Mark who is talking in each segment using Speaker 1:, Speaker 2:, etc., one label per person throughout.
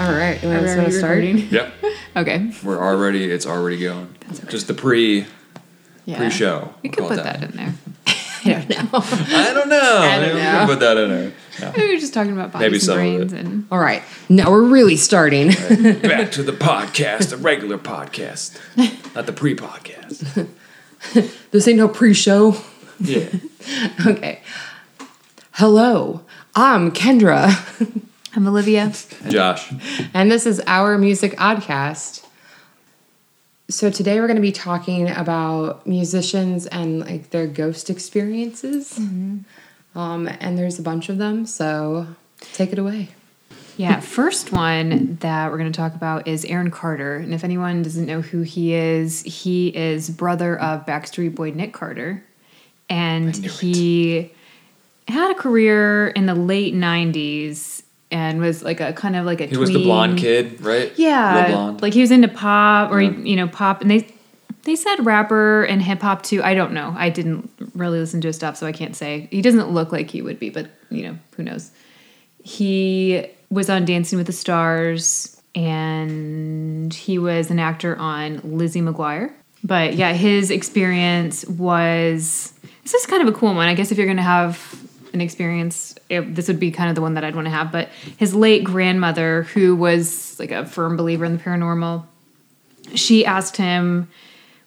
Speaker 1: right, you want us
Speaker 2: Are we
Speaker 1: to start?
Speaker 2: recording?
Speaker 3: Yep.
Speaker 2: Okay.
Speaker 3: We're already, it's already going. Just the pre
Speaker 2: Yeah.
Speaker 3: pre show.
Speaker 2: We could put that. in there.
Speaker 1: I don't know.
Speaker 3: I don't know.
Speaker 2: I don't
Speaker 3: Maybe we
Speaker 2: know.
Speaker 3: can put that in there.
Speaker 2: We were just talking about bodies
Speaker 3: Maybe
Speaker 2: and
Speaker 3: some of it.
Speaker 2: brains and
Speaker 1: All right, now we're really starting.
Speaker 3: No. Back to the podcast, the regular podcast, not the pre podcast.
Speaker 1: this ain't no pre-show.
Speaker 3: Yeah.
Speaker 1: Okay. Hello, I'm Kendra,
Speaker 2: I'm Olivia.
Speaker 3: Josh.
Speaker 1: and this is our music oddcast. So today we're going to be talking about musicians and like their ghost experiences.
Speaker 2: Mm-hmm.
Speaker 1: Um, and there's a bunch of them, so take it away.
Speaker 2: Yeah, first one that we're going to talk about is Aaron Carter. And if anyone doesn't know who he is, he is brother of Backstreet Boy Nick Carter. And
Speaker 3: knew it.
Speaker 2: he had a career in the late 90s and was like a kind of like a
Speaker 3: He was the blonde
Speaker 2: tween-
Speaker 3: kid, right?
Speaker 2: Yeah,
Speaker 3: Real blonde.
Speaker 2: like he was into pop or
Speaker 3: Yeah.
Speaker 2: you know pop, and they they said rapper and hip hop too. I don't know. I didn't really listen to his stuff, so I can't say. He doesn't look like he would be, but you know who knows. He was on Dancing with the Stars, and he was an actor on Lizzie McGuire. But yeah, his experience was this is kind of a cool one. I guess if you're gonna have an experience it, this would be kind of the one that i'd want to have but his late grandmother who was like a firm believer in the paranormal she asked him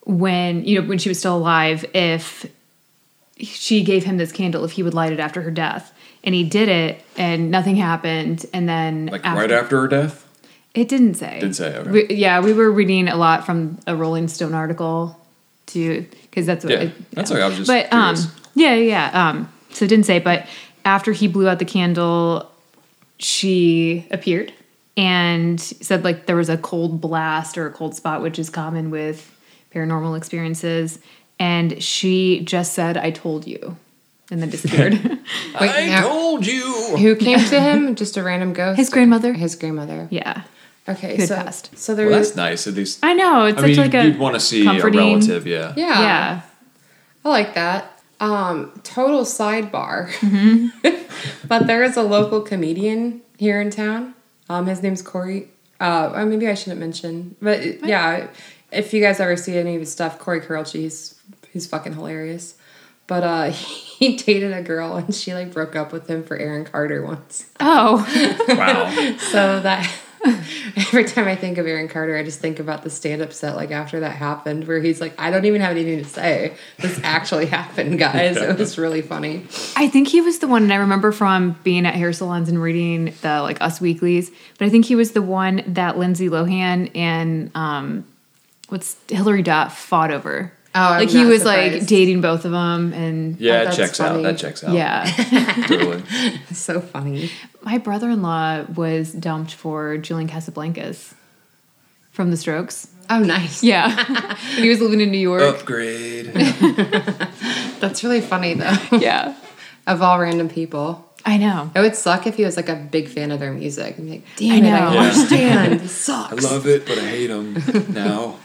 Speaker 2: when you know when she was still alive if she gave him this candle if he would light it after her death and he did it and nothing happened and then
Speaker 3: Like right after her death?
Speaker 2: it didn't say
Speaker 3: Didn't say, okay.
Speaker 2: We- yeah we were reading a lot from a rolling stone article to because that's what
Speaker 3: Yeah.
Speaker 2: it-
Speaker 3: That's okay. I was just
Speaker 2: but um
Speaker 3: curious.
Speaker 2: yeah yeah yeah, um so it didn't say but after he blew out the candle she appeared and said like there was a cold blast or a cold spot which is common with paranormal experiences and she just said i told you and then disappeared
Speaker 1: Wait,
Speaker 3: I
Speaker 1: now-
Speaker 3: told you.
Speaker 1: who came to him? Just a random ghost?
Speaker 2: his grandmother
Speaker 1: His grandmother.
Speaker 2: yeah
Speaker 1: Okay,
Speaker 2: Who had
Speaker 1: so
Speaker 2: passed.
Speaker 1: so there
Speaker 3: Well,
Speaker 1: was
Speaker 3: that's nice. At least,
Speaker 2: i know it's
Speaker 3: I
Speaker 2: such
Speaker 3: mean,
Speaker 2: like a
Speaker 3: you'd want to see
Speaker 2: comforting-
Speaker 3: a relative, yeah.
Speaker 1: yeah,
Speaker 2: yeah
Speaker 1: I like that. Um, total sidebar, but there is a local comedian here in town. Um, his name's Corey. Uh, or maybe I shouldn't mention, but it- yeah, if you guys ever see any of his stuff, Corey Carrelchi, he's he's fucking hilarious. But uh, he dated a girl and she like broke up with him for Aaron Carter once.
Speaker 2: oh
Speaker 3: Wow.
Speaker 1: So that every time I think of Aaron Carter, I just think about the stand up set like after that happened, where he's like, I don't even have anything to say. This actually happened, guys. It was really funny.
Speaker 2: I think he was the one, and I remember from being at hair salons and reading the like Us Weeklies. But I think he was the one that Lindsay Lohan and um, what's Hillary Duff fought over.
Speaker 1: Oh, I'm
Speaker 2: like he
Speaker 1: not
Speaker 2: was like
Speaker 1: surprised.
Speaker 2: dating both of them, and
Speaker 3: Yeah, it
Speaker 1: that's
Speaker 3: checks
Speaker 1: funny.
Speaker 3: out. That checks out.
Speaker 2: yeah.
Speaker 3: Totally.
Speaker 1: It's so funny.
Speaker 2: My brother-in-law was dumped for Julian Casablancas from The Strokes.
Speaker 1: Oh, nice.
Speaker 2: Yeah, and he was living in New York.
Speaker 3: Upgrade.
Speaker 1: That's really funny,
Speaker 3: Oh.
Speaker 1: though,
Speaker 2: Yeah,
Speaker 1: of all random people.
Speaker 2: I know.
Speaker 1: It would suck if he was like a big fan of their music. I'm like, damn
Speaker 2: I
Speaker 1: it, I
Speaker 2: know. Yeah.
Speaker 1: understand. This
Speaker 3: I
Speaker 1: sucks.
Speaker 3: love it, but I hate him now.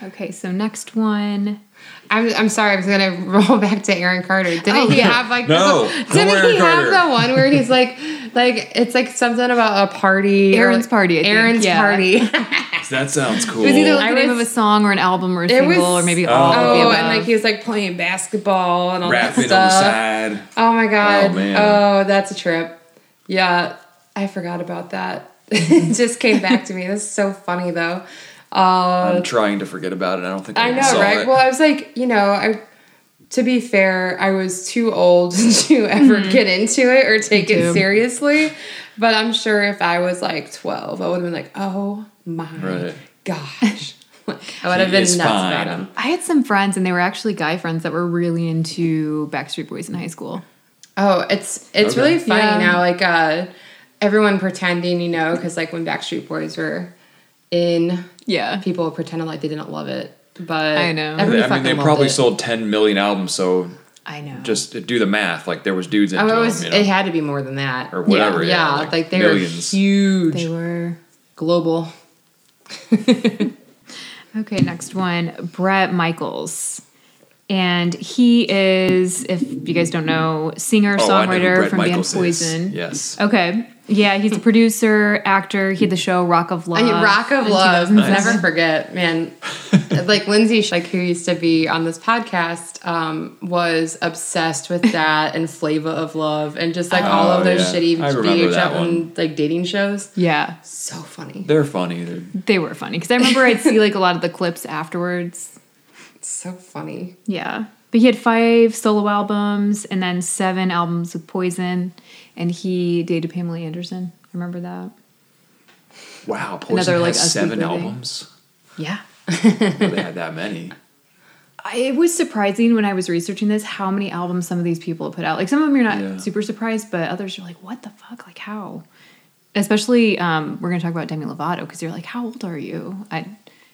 Speaker 2: Okay, so next one.
Speaker 1: I'm, I'm sorry, I was gonna roll back to Aaron Carter. Didn't
Speaker 2: Oh,
Speaker 1: he
Speaker 2: yeah.
Speaker 1: have like
Speaker 3: No,
Speaker 1: this
Speaker 3: no
Speaker 1: didn't
Speaker 3: Aaron
Speaker 1: he
Speaker 3: Carter.
Speaker 1: have the one where he's like like it's like something about a party or-
Speaker 2: Aaron's party, I think,
Speaker 1: Aaron's
Speaker 2: yeah.
Speaker 1: party.
Speaker 3: That sounds cool.
Speaker 1: was either
Speaker 2: I
Speaker 1: It
Speaker 2: the name
Speaker 1: was-
Speaker 2: of a song or an album or a
Speaker 1: It
Speaker 2: single
Speaker 1: was-
Speaker 2: or maybe
Speaker 3: Oh.
Speaker 2: all of the
Speaker 1: oh,
Speaker 2: above.
Speaker 1: and like he was like playing basketball and all
Speaker 3: rapping on
Speaker 1: that
Speaker 3: the
Speaker 1: stuff.
Speaker 3: side.
Speaker 1: Oh my god.
Speaker 3: Oh, man.
Speaker 1: Oh, that's a trip. Yeah, I forgot about that. it just came back to me. That's so funny though. Uh,
Speaker 3: I'm trying to forget about it. I don't think
Speaker 1: I
Speaker 3: I,
Speaker 1: know,
Speaker 3: saw
Speaker 1: right?
Speaker 3: It.
Speaker 1: Well, I was like, you know, I. To be fair, I was too old to ever get into it or take it
Speaker 2: too.
Speaker 1: seriously. But I'm sure if I was like 12, I would have been like, oh my
Speaker 3: Right.
Speaker 1: gosh. Like, I would have
Speaker 3: He
Speaker 1: been nuts
Speaker 3: is
Speaker 1: about
Speaker 3: fine.
Speaker 1: him.
Speaker 2: I had some friends, and they were actually guy friends that were really into Backstreet Boys in high school.
Speaker 1: Oh, it's it's
Speaker 3: Okay.
Speaker 1: really funny
Speaker 2: Yeah.
Speaker 1: now. Like uh, everyone pretending, you know, because like when Backstreet Boys were in,
Speaker 2: Yeah.
Speaker 1: people pretended like they didn't love it. But
Speaker 2: I know.
Speaker 1: everyone
Speaker 3: I mean,
Speaker 1: fucking
Speaker 3: they
Speaker 1: loved
Speaker 3: probably
Speaker 1: it.
Speaker 3: sold 10 million albums, so
Speaker 2: I know.
Speaker 3: just do the math. Like there was dudes into
Speaker 1: Oh, it
Speaker 3: them,
Speaker 1: was.
Speaker 3: you know,
Speaker 1: It had to be more than that.
Speaker 3: or whatever.
Speaker 1: Yeah, like, they
Speaker 3: millions.
Speaker 1: were huge,
Speaker 2: They were.
Speaker 1: global.
Speaker 2: Okay, next one Brett Michaels. And he is, if you guys don't know, singer,
Speaker 3: Oh, I know who
Speaker 2: songwriter
Speaker 3: Bret
Speaker 2: from band
Speaker 3: Michaels is.
Speaker 1: Oh.
Speaker 2: Poison.
Speaker 3: Yes.
Speaker 2: Okay. Yeah, he's a producer, actor. He had the show Rock of Love.
Speaker 1: I mean, Rock of
Speaker 2: in
Speaker 1: Love.
Speaker 2: 2006.
Speaker 1: Never forget, man. like Lindsay Shike, who used to be on this podcast, um, was obsessed with that and Flavor of Love and just like all
Speaker 3: Oh,
Speaker 1: of those
Speaker 3: yeah.
Speaker 1: shitty
Speaker 3: I remember
Speaker 1: VH
Speaker 3: that
Speaker 1: and
Speaker 3: one.
Speaker 1: like dating shows.
Speaker 2: Yeah,
Speaker 1: So funny.
Speaker 3: They're funny. They're
Speaker 2: they were funny because I remember I'd see like a lot of the clips afterwards.
Speaker 1: It's so funny.
Speaker 2: Yeah, but he had five solo albums and then seven albums with Poison, and he dated Pamela Anderson. I remember that.
Speaker 3: wow. Poison
Speaker 2: Another,
Speaker 3: has
Speaker 2: like, Us
Speaker 3: seven
Speaker 2: Weekly thing.
Speaker 3: albums.
Speaker 2: Yeah.
Speaker 3: Well, they had that many.
Speaker 2: I- It was surprising when I was researching this how many albums some of these people have put out. Like some of them you're not
Speaker 3: Yeah.
Speaker 2: super surprised, but others you're like, what the fuck? Like how? Especially, um, we're gonna talk about Demi Lovato because you're like, how old are you? I,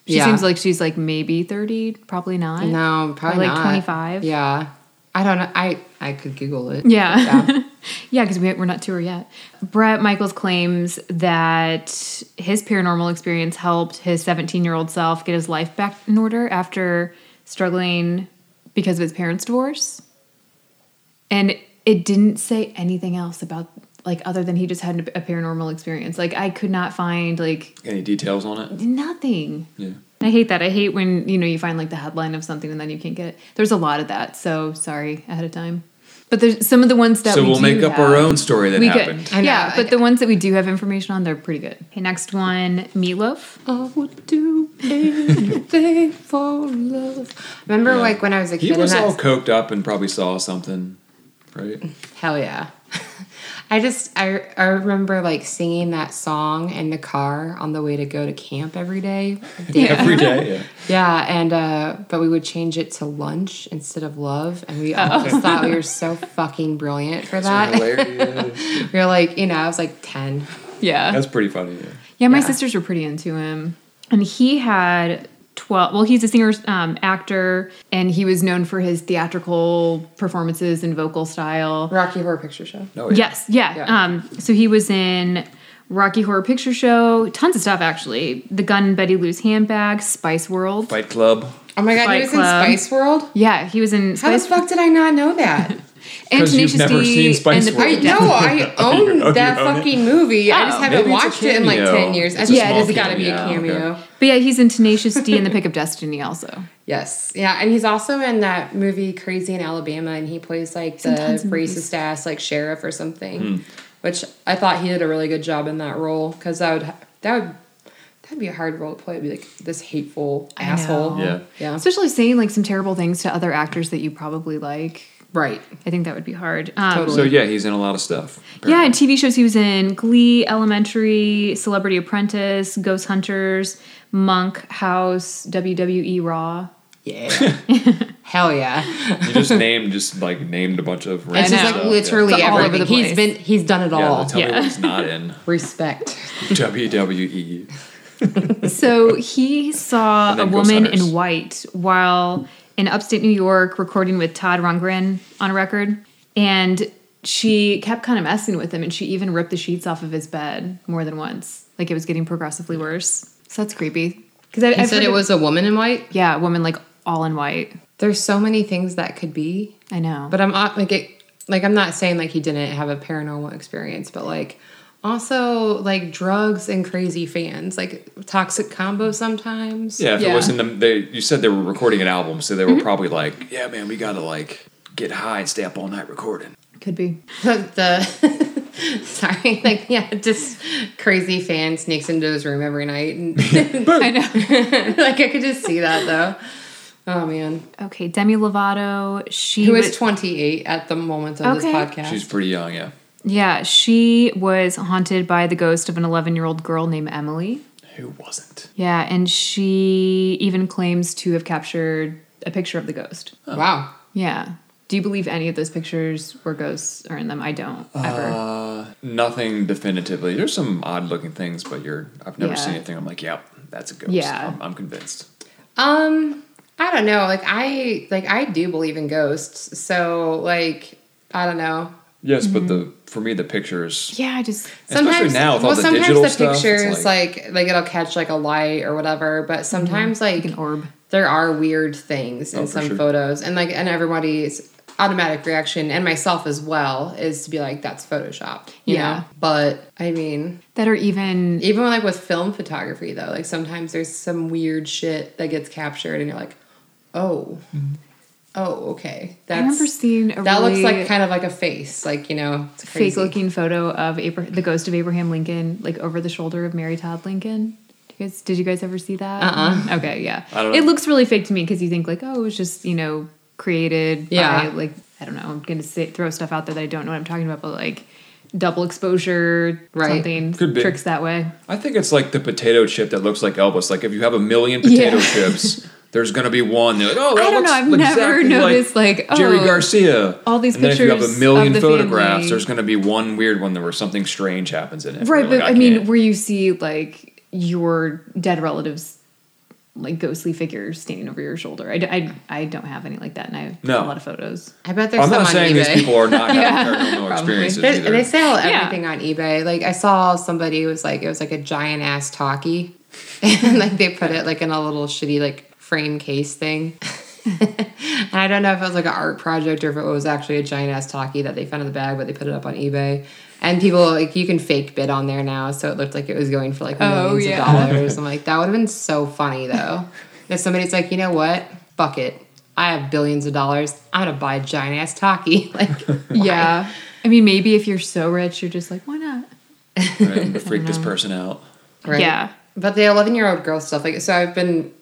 Speaker 2: she
Speaker 1: Yeah.
Speaker 2: seems like she's like maybe thirty, probably not.
Speaker 1: No, probably
Speaker 2: like
Speaker 1: not.
Speaker 2: 25?
Speaker 1: Yeah, I don't know. I I could Google it.
Speaker 2: Yeah. Yeah, because we, we're not to her yet. Brett Michaels claims that his paranormal experience helped his 17 year old self get his life back in order after struggling because of his parents' divorce. And it didn't say anything else about, like, other than he just had a paranormal experience. Like, I could not find, like,
Speaker 3: Any details on it?
Speaker 2: nothing.
Speaker 3: Yeah.
Speaker 2: I hate that. I hate when you know you find like the headline of something and then you can't get it. There's a lot of that. So sorry ahead of time. But there's some of the ones that
Speaker 3: So
Speaker 2: we
Speaker 3: we'll
Speaker 2: do
Speaker 3: make up our
Speaker 2: have-
Speaker 3: own story that
Speaker 2: We
Speaker 3: happened.
Speaker 2: could,
Speaker 1: I know,
Speaker 2: yeah.
Speaker 1: I
Speaker 2: But the ones that we do have information on, they're pretty good. Okay, next one, meatloaf.
Speaker 1: I would do anything for love. Remember, like when I was a kid,
Speaker 3: He was
Speaker 1: and
Speaker 3: all
Speaker 1: that's,
Speaker 3: coked up and probably saw something, right?
Speaker 1: hell yeah. I just I I remember like singing that song in the car on the way to go to camp every day. Yeah,
Speaker 3: Every day. Yeah.
Speaker 1: yeah and uh, but we would change it to lunch instead of love, and we always thought we were so fucking brilliant for that.
Speaker 3: Oh. Hilarious.
Speaker 1: we were like, you know, I was like ten.
Speaker 2: Yeah,
Speaker 3: That's pretty funny. Yeah.
Speaker 2: yeah. My
Speaker 1: yeah.
Speaker 2: sisters were pretty into him, and he had. 12 well he's a singer um, actor and he was known for his theatrical performances and vocal style
Speaker 1: Rocky Horror Picture Show.
Speaker 3: No,
Speaker 2: Yes, yeah.
Speaker 1: Yeah.
Speaker 2: Um, so he was in Rocky Horror Picture Show, tons of stuff actually. The Gun in Betty Lou's Handbag, Spice World.
Speaker 3: Fight Club.
Speaker 1: Oh my god,
Speaker 2: Fight
Speaker 1: he was
Speaker 2: Club.
Speaker 1: in Spice World.
Speaker 2: Yeah, he was in
Speaker 1: How the
Speaker 2: Spice
Speaker 1: fuck did I not know that?
Speaker 2: and
Speaker 3: 'Cause you've
Speaker 2: Tenacious
Speaker 3: never
Speaker 2: D
Speaker 3: seen Spice
Speaker 2: and the
Speaker 3: World.
Speaker 1: I
Speaker 2: Pretty
Speaker 1: know I own
Speaker 3: own
Speaker 1: that
Speaker 3: it?
Speaker 1: fucking movie. I just
Speaker 2: Oh.
Speaker 1: haven't
Speaker 3: Maybe it's a
Speaker 1: watched it in like
Speaker 3: cameo.
Speaker 1: ten years. I
Speaker 3: It's a
Speaker 1: think- yeah, it
Speaker 3: small
Speaker 1: has got to be a
Speaker 3: cameo,
Speaker 1: cameo.
Speaker 3: okay.
Speaker 2: But yeah, he's in Tenacious D and The Pick of Destiny also.
Speaker 1: Yes, yeah, and he's also in that movie Crazy in Alabama, and he plays like the
Speaker 2: tons of movies.
Speaker 1: racist ass like sheriff or something,
Speaker 3: Hmm.
Speaker 1: which I thought he did a really good job in that role because that would that would that'd be a hard role to play. It'd be like this hateful
Speaker 2: I
Speaker 1: asshole.
Speaker 2: know.
Speaker 3: Yeah.
Speaker 1: yeah,
Speaker 2: Especially saying like some terrible things to other actors that you probably like.
Speaker 1: right.
Speaker 2: I think that would be hard. Um,
Speaker 1: Totally.
Speaker 3: So yeah, he's in a lot of stuff.
Speaker 2: Yeah, and TV shows he was in Glee, Elementary, Celebrity Apprentice, Ghost Hunters, Monk, House, WWE Raw.
Speaker 1: Yeah, hell yeah.
Speaker 3: You just named just like named a bunch of
Speaker 1: It's
Speaker 2: I
Speaker 1: just
Speaker 2: know.
Speaker 1: like literally
Speaker 2: It's all over the
Speaker 1: everything. He's been
Speaker 2: place.
Speaker 1: he's done it
Speaker 3: Yeah,
Speaker 1: all.
Speaker 3: tell me
Speaker 2: Yeah.
Speaker 3: what he's not in. E.
Speaker 1: Respect.
Speaker 3: WWE.
Speaker 2: So he saw
Speaker 3: And
Speaker 2: a
Speaker 3: then
Speaker 2: woman
Speaker 3: Ghost Hunters.
Speaker 2: in white while in upstate New York recording with Todd Rundgren on a record. And she kept kind of messing with him and she even ripped the sheets off of his bed more than once. Like it was getting progressively worse. So that's creepy. Because I,
Speaker 1: He
Speaker 2: I've
Speaker 1: said
Speaker 2: heard
Speaker 1: it
Speaker 2: of-
Speaker 1: was a woman in white.
Speaker 2: Yeah, a woman like all in white.
Speaker 1: There's so many things that could be,
Speaker 2: I know.
Speaker 1: but I'm not- like it, like I'm not saying like he didn't have a paranormal experience, but like also like drugs and crazy fans, like toxic combo sometimes.
Speaker 3: Yeah, if
Speaker 2: Yeah.
Speaker 3: it was in the they you said they were recording an album, so
Speaker 1: Mm-hmm.
Speaker 3: they were probably like, Yeah man, we gotta like get high and stay up all night recording.
Speaker 2: Could be.
Speaker 1: the sorry, like yeah, just crazy fan sneaks into his room every night, and
Speaker 2: I know.
Speaker 1: like I could just see that though. Oh man,
Speaker 2: Okay, Demi Lovato. She
Speaker 1: he
Speaker 2: was,
Speaker 1: was 28 at the moment of this
Speaker 2: Okay.
Speaker 1: podcast.
Speaker 3: She's pretty young, yeah.
Speaker 2: yeah, she was haunted by the ghost of an 11 year old girl named Emily.
Speaker 3: Who wasn't?
Speaker 2: Yeah, and she even claims to have captured a picture of the ghost.
Speaker 1: wow.
Speaker 2: Yeah. Do you believe any of those pictures where ghosts are in them? I don't ever.
Speaker 1: Uh,
Speaker 3: Uh, Nothing definitively. There's some odd looking things, but you're I've never
Speaker 2: Yeah.
Speaker 3: seen anything. I'm like, Yep, that's a ghost.
Speaker 2: Yeah.
Speaker 3: I'm, I'm convinced.
Speaker 1: Um, I don't know. Like I like I do believe in ghosts. So like I don't know.
Speaker 3: Yes,
Speaker 1: Mm-hmm.
Speaker 3: but the for me the pictures
Speaker 2: yeah, I just
Speaker 3: Especially now with all the
Speaker 1: sometimes
Speaker 3: digital
Speaker 1: the
Speaker 3: stuff, it's
Speaker 1: pictures
Speaker 3: like-
Speaker 1: like, like it'll catch like a light or whatever, but sometimes
Speaker 2: like an
Speaker 1: like
Speaker 2: orb.
Speaker 1: there are weird things in
Speaker 3: Oh, for
Speaker 1: some
Speaker 3: sure.
Speaker 1: photos and like and everybody's automatic reaction and myself as well is to be like, that's Photoshop. You
Speaker 2: Yeah.
Speaker 1: Know? But I mean,
Speaker 2: that are even
Speaker 1: even like with film photography though, like sometimes there's some weird shit that gets captured and you're like, oh,
Speaker 2: Mm-hmm.
Speaker 1: oh, okay. That's,
Speaker 2: remember seeing a
Speaker 1: that
Speaker 2: really-
Speaker 1: looks like kind of like a face, like, you know, it's crazy.
Speaker 2: fake looking photo of Abra- the ghost of Abraham Lincoln, like over the shoulder of Mary Todd Lincoln. Do you guys, did you guys ever see that? Uh-uh. Okay, yeah.
Speaker 3: I don't
Speaker 2: It
Speaker 3: know.
Speaker 2: looks really fake to me because you think like, oh, it was just you know created
Speaker 1: Yeah.
Speaker 2: by like I don't know. I'm gonna say, throw stuff out there that I don't know what I'm talking about, but like double exposure,
Speaker 1: Right.
Speaker 2: something
Speaker 3: Could be.
Speaker 2: tricks that way.
Speaker 3: I think it's like the potato chip that looks like Elvis. Like if you have a million potato
Speaker 2: Yeah.
Speaker 3: chips, there's gonna be one. They're like, oh, that
Speaker 2: I don't
Speaker 3: looks
Speaker 2: know, I've never
Speaker 3: exactly like
Speaker 2: noticed, like,
Speaker 3: Jerry
Speaker 2: oh,
Speaker 3: Garcia.
Speaker 2: all these
Speaker 3: and Then if you have
Speaker 2: pictures
Speaker 3: a million
Speaker 2: of the
Speaker 3: photographs,
Speaker 2: family.
Speaker 3: there's gonna be one weird one where something strange happens in it.
Speaker 2: Right,
Speaker 3: You're
Speaker 2: but
Speaker 3: like,
Speaker 2: I, mean,
Speaker 3: can't.
Speaker 2: where you see like your dead relatives, like ghostly figures standing over your shoulder. I, d- I, I don't have any like that, and I have
Speaker 3: No.
Speaker 2: a lot of photos.
Speaker 1: I bet there's
Speaker 3: I'm
Speaker 1: some
Speaker 3: not
Speaker 1: on
Speaker 3: saying
Speaker 1: eBay.
Speaker 3: these people are not having
Speaker 2: Yeah.
Speaker 3: paranormal experiences
Speaker 1: There's-
Speaker 3: either.
Speaker 1: They sell
Speaker 2: Yeah.
Speaker 1: everything on eBay. Like I saw somebody was like it was like a giant ass talkie, and like they put it like in a little shitty like frame case thing. and I don't know if it was like an art project or if it was actually a giant ass talkie that they found in the bag, but they put it up on eBay. And people like you can fake bid on there now, so it looked like it was going for like
Speaker 2: Oh,
Speaker 1: millions
Speaker 2: yeah.
Speaker 1: of dollars. I'm like, that would have been so funny though. if somebody's like, you know what, fuck it, I have billions of dollars, I'm gonna buy a giant ass talkie. Like,
Speaker 2: Yeah, I mean, maybe if you're so rich, you're just like, why not?
Speaker 3: Right, I'm gonna freak this person out.
Speaker 1: Right?
Speaker 2: Yeah.
Speaker 1: But the 11 year old girl stuff, like, so I've been,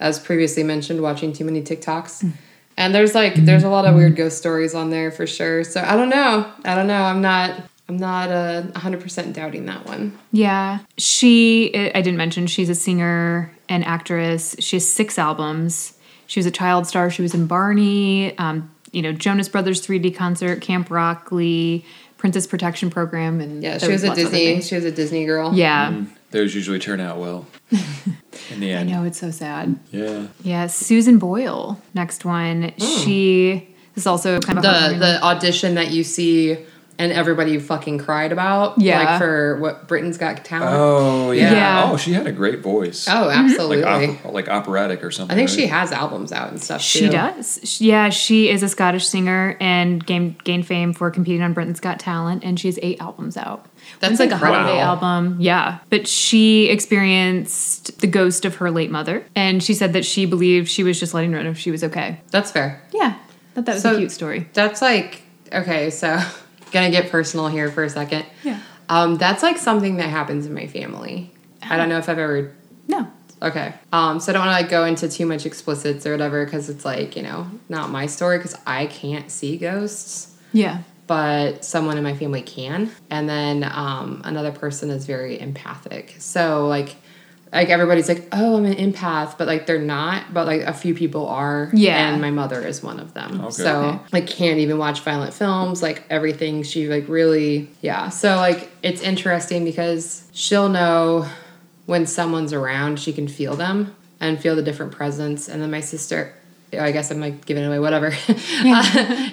Speaker 1: as previously mentioned, watching too many
Speaker 2: Mm.
Speaker 1: TikToks. And there's like, there's a lot of weird ghost stories on there for sure. So I don't know. I don't know. I'm not, I'm not uh, 100% doubting that one.
Speaker 2: Yeah, she. I I didn't mention she's a singer and actress. She has six albums. She was a child star. She was in Barney. Um, you know, Jonas Brothers 3D concert, Camp Rockley, Princess Protection Program, and
Speaker 1: Yeah,
Speaker 2: there
Speaker 1: she was a
Speaker 2: lots of other
Speaker 1: Disney, Mm-hmm.
Speaker 2: things.
Speaker 1: she was a Disney girl.
Speaker 2: Yeah.
Speaker 3: Those usually turn out well in the
Speaker 2: I
Speaker 3: end.
Speaker 2: know it's so sad.
Speaker 3: Yeah.
Speaker 2: Yeah, Susan Boyle. Next one. She this is also kind of a
Speaker 1: Hmm. The,
Speaker 2: heartwarming-
Speaker 1: the audition that you see and everybody fucking cried about.
Speaker 2: Yeah.
Speaker 1: Like for what Britain's Got Talent.
Speaker 3: Oh yeah.
Speaker 2: Yeah.
Speaker 3: Oh, she had a great voice.
Speaker 2: Mm-hmm.
Speaker 1: oh, absolutely.
Speaker 3: like op- like operatic or something.
Speaker 1: I think
Speaker 3: right?
Speaker 1: she has albums out and stuff
Speaker 2: she
Speaker 1: too.
Speaker 2: does. She- Yeah, she is a Scottish singer and gained gained fame for competing on Britain's Got Talent, and she has eight albums out.
Speaker 1: That's
Speaker 2: One's like a
Speaker 1: incredible.
Speaker 2: holiday album. Yeah, but she experienced the ghost of her late mother, and she said that she believed she was just letting her know if she was okay.
Speaker 1: That's fair.
Speaker 2: Yeah, that that was a
Speaker 1: So-
Speaker 2: cute story.
Speaker 1: That's like okay, so gonna get personal here for a second.
Speaker 2: Yeah.
Speaker 1: Um, that's like something that happens in my family. I
Speaker 2: Uh-huh.
Speaker 1: don't know if I've ever
Speaker 2: No,
Speaker 1: okay. Um, so I don't want to like go into too much explicits or whatever because it's like you know not my story because I can't see ghosts,
Speaker 2: yeah,
Speaker 1: but someone in my family can, and then um, another person is very empathic. So like. Like everybody's like, oh, I'm an empath, but like they're not, but like a few people are.
Speaker 2: Yeah.
Speaker 1: And my mother is one of them.
Speaker 3: Okay.
Speaker 1: So
Speaker 2: Okay.
Speaker 1: like can't even watch violent films like everything she like really yeah so like it's interesting because she'll know when someone's around she can feel them and feel the different presence and then my sister i guess i'm like giving it away whatever Uh,